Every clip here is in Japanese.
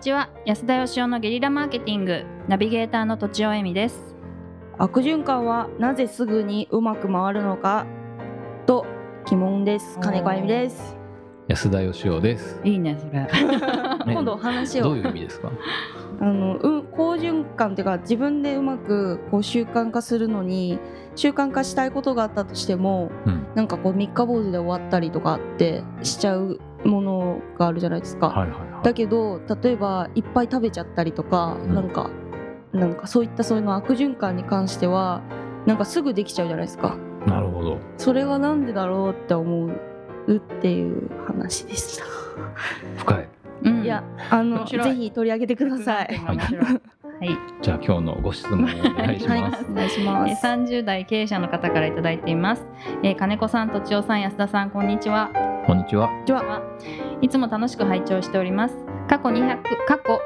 ちは安田義雄のゲリラマーケティングナビゲーターのとちおえみです悪循環はなぜすぐにうまく回るのかと疑問です金子あゆみです安田義雄です。いいねそれね今度お話どをういう意味ですか。あのうん好循環っていうか自分でうまくこう習慣化するのに習慣化したいことがあったとしてもうん。なんかこう三日坊主で終わったりとかってしちゃうものがあるじゃないですか、いはいはだけど例えばいっぱい食べちゃったりとか、んなんかなんかそういったそういうの悪循環に関してはなんかすぐできちゃうじゃないですかい。なるほど。それはなんでだろうって思うっていう話でした、深い。うんいやあの面白いぜひ取り上げてください面白いはいじゃあ今日のご質問をお願いしますお。願いしえまーす30代経営者の方からいただいています、えー金子さんとちおさん安田さんこんにちはこんにちは。こんにちはいつも楽しく拝聴しております過去200過去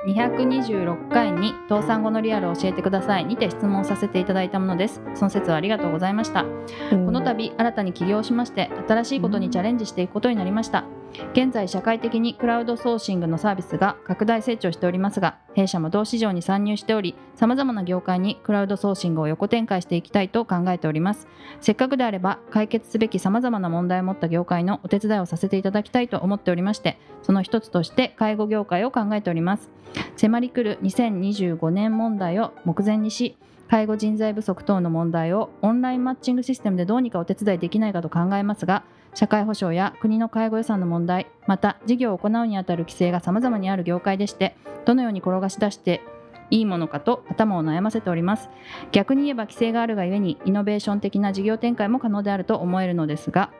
226回に倒産後のリアルを教えてくださいにて質問させていただいたものですその説はありがとうございましたここの度新たに起業しまして新しいことにチャレンジしていくことになりました現在社会的にクラウドソーシングのサービスが拡大成長しておりますが弊社も同市場に参入しており様々な業界にクラウドソーシングを横展開していきたいと考えておりますせっかくであれば解決すべき様々な問題を持った業界のお手伝いをさせていただきたいと思っておりましてその一つとして介護業界を考えております迫り来る2025年問題を目前にし介護人材不足等の問題をオンラインマッチングシステムでどうにかお手伝いできないかと考えますが社会保障や国の介護予算の問題また事業を行うにあたる規制が様々にある業界でしてどのように転がし出していいものかと頭を悩ませております逆に言えば規制があるがゆえにイノベーション的な事業展開も可能であると思えるのですが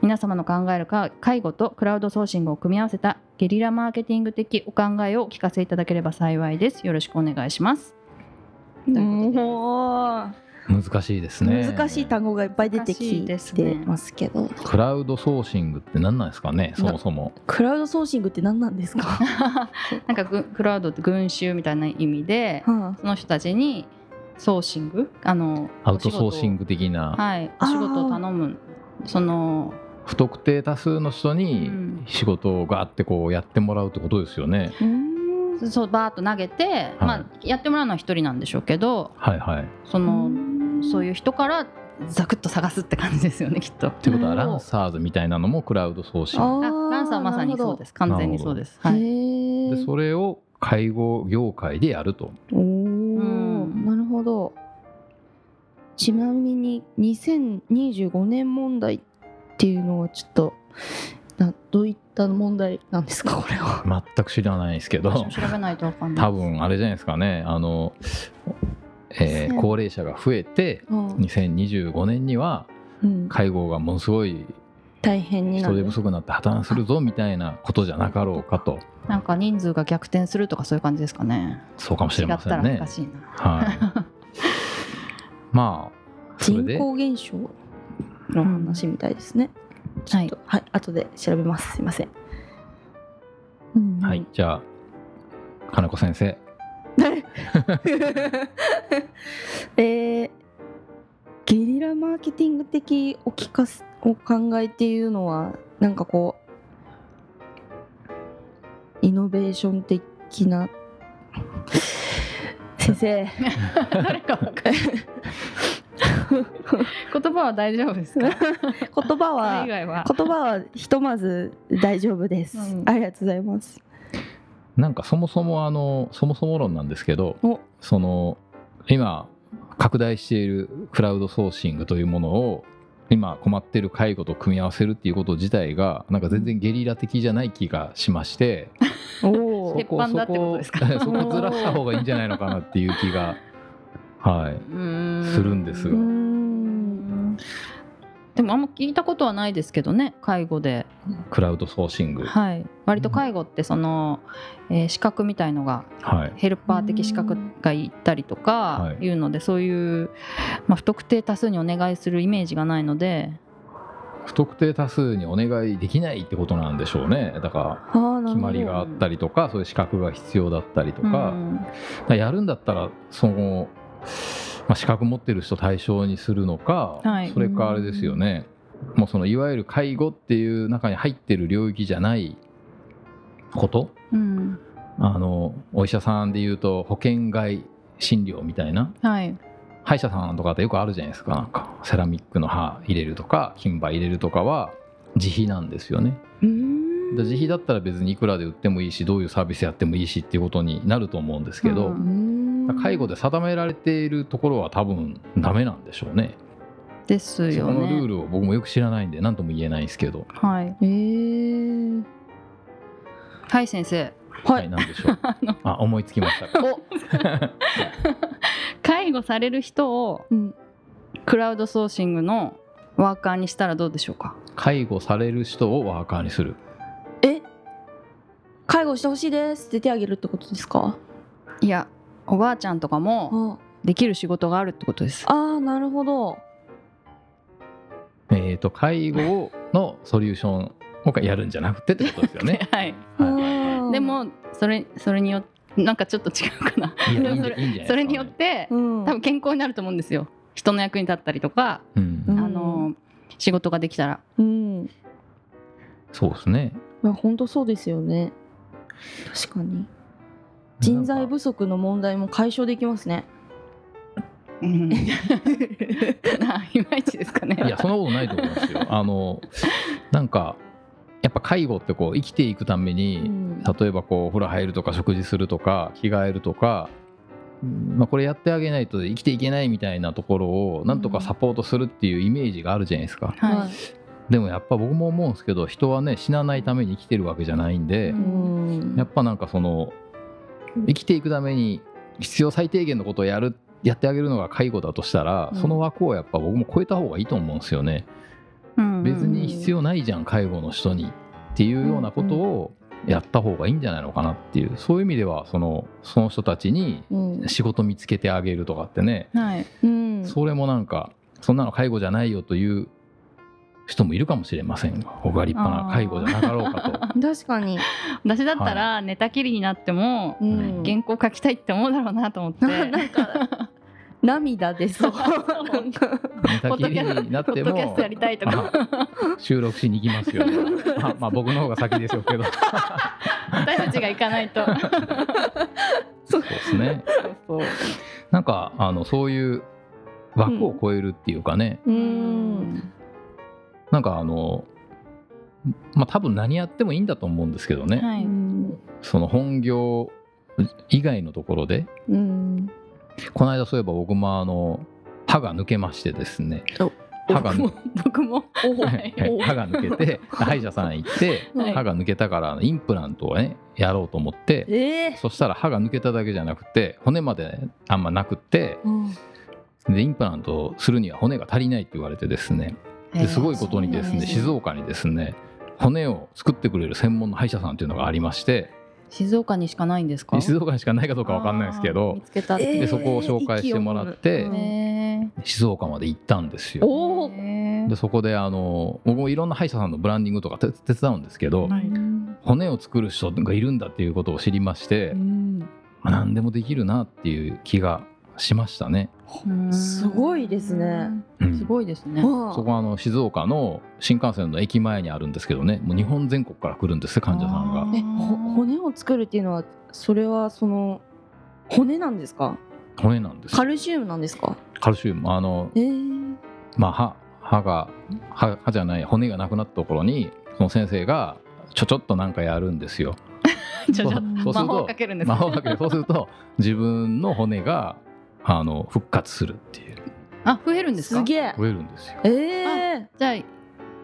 皆様の考えるか介護とクラウドソーシングを組み合わせたゲリラマーケティング的お考えをお聞かせいただければ幸いですよろしくお願いします ということでもう難しいですね。難しい単語がいっぱい出て難しいきですてねますけどクラウドソーシングって何なんですかね。そもそも。クラウドソーシングって何なんですか、なんかぐクラウドって群衆みたいな意味ではその人たちにソーシングあのアウトソーシンググ的なはいあおー仕事を頼むその不特定多数の人うにん仕事をガーってこうやってもらうってことですよね。あうーん。そうバーッと投げて、まあ、やってもらうのは一人なんでしょうけどはいはい。っその、そういう人からザクッと探すって感じですよねきっと。てことはランサーズみたいなのもクラウドソーシングあランさんはまさにそうですす完全にそうです。なはるほどい、へでえ。それを介護業界でやるとおうお、んなるほど。ちなみに2025年問題っていうのはちょっとなどういった問題なんです かこれは。全く知らないですけ私ども調べないとわかんない。多分あれじゃないですかねあの、せえーん高齢者が増えてう2025年にはん、介護がものすごい大変にな人手る不。足になって破綻するぞみたいなことじゃなかろうかとなんか人数が逆転するとかそういう感じですかね。そうかもしれ違まっせたんらね難。しいな。 はい、まあそれ人で口減少の話みたいですね。はいちょっとはい、後で調べます。すいません。うんはい。じゃあ金子先生 えーゲリラマーケティング的お聞かせお考えっていうのはなんかこうイノベーション的な 先 生 誰かわかんない言葉は大丈夫ですか？言葉それは以外は。言葉はひとまず大丈夫です、うんありがとうございますなんかそもそもあのそもそも論なんですけどおその今拡大しているクラウドソーシングというものを今困ってる介護と組み合わせるっていうこと自体がなんか全然ゲリラ的じゃない気がしましておそお鉄板だってことですかそ そこずらした方がいいんじゃないのかなっていう気がはいするんですうがーうんでもあんま聞いたことはないですけどね介護で、クラウドソーシングはい、割と介護ってその、えー資格みたいのがはいヘルパー的資格がいったりとかはいいうので、そういう、まあ、不特定多数にお願いするイメージがないので不特定多数にお願いできないってことなんでしょうねだかあらーなるほど決まりがあったりとかそういう資格が必要だったりとかう、んだからやるんだったらその、まあ、資格持ってる人対象にするのか、はいそれかあれですよねもうそのいわゆる介護っていう中に入ってる領域じゃないことうんあのお医者さんでいうと保険外診療みたいなはい歯医者さんとかってよくあるじゃないですかなんかセラミックの歯入れるとか金歯入れるとかは自費なんですよねうーでん自費だったら別にいくらで売ってもいいしどういうサービスやってもいいしっていうことになると思うんですけど、うん介護で定められているところは多分ダメなんでしょうねですそよこのルーねルを僕もよく知らないんで何とも言えないんですけどはいえー、はい先 生ははい、なん でしょうあ思いつきましたかお、介護される人をうん、クラウドソーシングのワーカーにしたらどうでしょうか介護される人をワーカーにするえ介護してほしいですって手あげるってことですかいやおばあちゃんとかもあできる仕事があるってことです。あーなるほどえー、と介護のソリューションをやるんじゃなくてってことですよね はいはいはいはいうんでもそれそれによってなんかちょっと違うか ないやでいいんもじそゃれいいんじゃないですかねそれによってうん、多分健康になると思うんですよ人の役に立ったりとか、うんうんあの仕事ができたらうん、そうですね。まあ本当そうですよね確かに人材なんか不足の問題も解消できますねうん ないまいちですかねいやそんなことないと思いますよ。あのなんかやっぱ介護ってこう生きていくためうに、ん例えばこうお風呂入るとか食事するとか着替えるとか、うんまあ、これやってあげないと生きていけないみたいなところをなんとかサポートするっていうイメージがあるじゃないですか。はいでもやっぱ僕も思うんですけど人はね死なないために生きてるわけじゃないんで。うういんやっぱなんかその生きていくために必要最低限のことをやるやってあげるのが介護だとしたら、うんその枠をやっぱ僕も超えた方がいいと思うんですよね。うん別に必要ないじゃん介護の人にっていうようなことをやった方がいいんじゃないのかなっていうそういう意味ではそのその人たちにうん仕事見つけてあげるとかってね、はいうんそれもなんかそんなの介護じゃないよという人もいるかもしれませんが僕は立派な介護じゃなかろうかと。確かに、私だったら寝たきりになってもうん、原稿書きたいって思うだろうなと思ってな なんか涙出そうなんか寝たきりにな っポてッドキャスもトやりたいとか収録しに行きますよ、ね、 まあまあ僕の方が先ですよけど私たちが行かない とそうですねそうそうなんかあのそういう枠を超えるっていうかね、うんなんかあのまあ多分何やってもいいんだと思うんですけどね、はいその本業以外のところでうんこの間そういえば僕もあの歯が抜けましてですね歯が抜僕もおはいはい歯が抜けて 歯医者さん行ってはい歯が抜けたからインプラントをねやろうと思ってええそしたら歯が抜けただけじゃなくて骨まであんまなくってうんでインプラントをするには骨が足りないって言われてですねですごいことにでそうすねなんですね静岡にですね骨を作ってくれる専門の歯医者さんっていうのがありまして静岡にしかないんですか静岡にしかないかどうかわかんないですけあー見どつけたってえでーそこを紹介してもらっ息てを飲むね静岡まで行ったんですよ。おーへーでそこであの僕もいろんな歯医者さんのブランディングとか手手伝うんですけどはいう骨を作る人がいるんだっていうことを知りましてうんまあ何でもできるなっていう気がしましたね。うんすごいですねうんすごいですねうんそこはあの静岡の新幹線の駅前にあるんですけどねもう日本全国から来るんです患者さんあがーえほ骨を作るっていうのはそれはその骨なんですか骨なんですカルシウムなんですかカルシウムあの、えー、まあ、歯歯が歯歯じゃない骨がなくなったところにその先生がちょちょっとなんかやるんですよちょちょっとそう魔法をかけるんです魔 法だけどそうすると自分の骨があの復活するっていうあ増えるんですかすげえ増えるんですよえー、じゃあ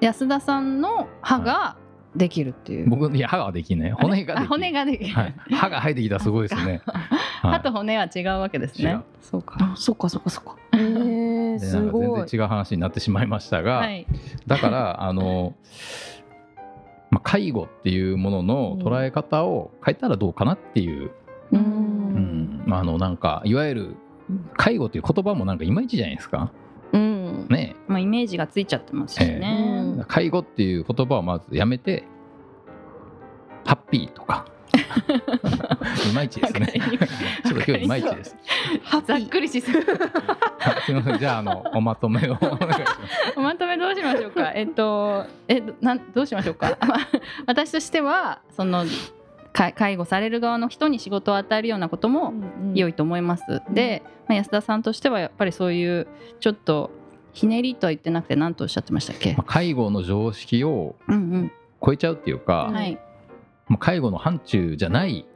安田さんの歯ができるっていう、僕いや歯ができないあれ骨ができあ骨ができる、はい、歯が生えてきたらすごいですね、はい歯と骨は違うわけです違ねうそうかあそっかそっかそっかえー、ですなんかご全い然違う話になってしまいましたが、はいだからあの、まあ、介護っていうものの捉え方を変えたらどうかなっていう、ううんんあのなんかいわゆる介護っていう言葉もなんかいまいちじゃないですかうんねまあイメージがついちゃってますしね、ええ介護っていう言葉をまずやめてハッピーとかいまいちですねわかりにくいちょっと今日いまいちですハッピ ざっーくりしすぎるすみませんじゃああのおまとめをお願いしますまとめどうしましょう かえっとえどなんどうしましょうかまあ私としてはそのか介護される側の人に仕事を与えるようなことも良いいと思います。うんで、まあ、安田さんとしてはやっぱりそういうちょっとひねりとは言ってなくて何とおっしゃってましたっけまあ、、介護の常識をうん超えちゃうっていうか、うん、はい、まあ介護の範疇じゃない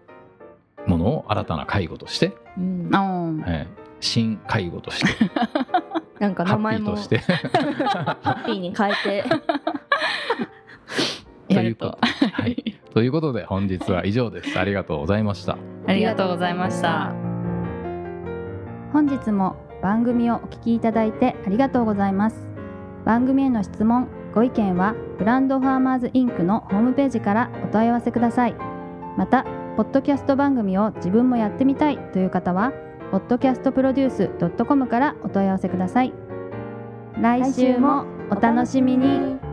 ものを新たな介護として、うんあーえー新介護としてなんかハ名ッ前ピーもとしてハッピーに変えてとやいるう ことと。はい、ということで本日は以上ですありがとうございました。ありがとうございました。本日も番組をお聞きいただいてありがとうございます番組への質問ご意見はブランドファーマーズインクのホームページからお問い合わせくださいまたポッドキャスト番組を自分もやってみたいという方は podcastproduce.com からお問い合わせください来週もお楽しみに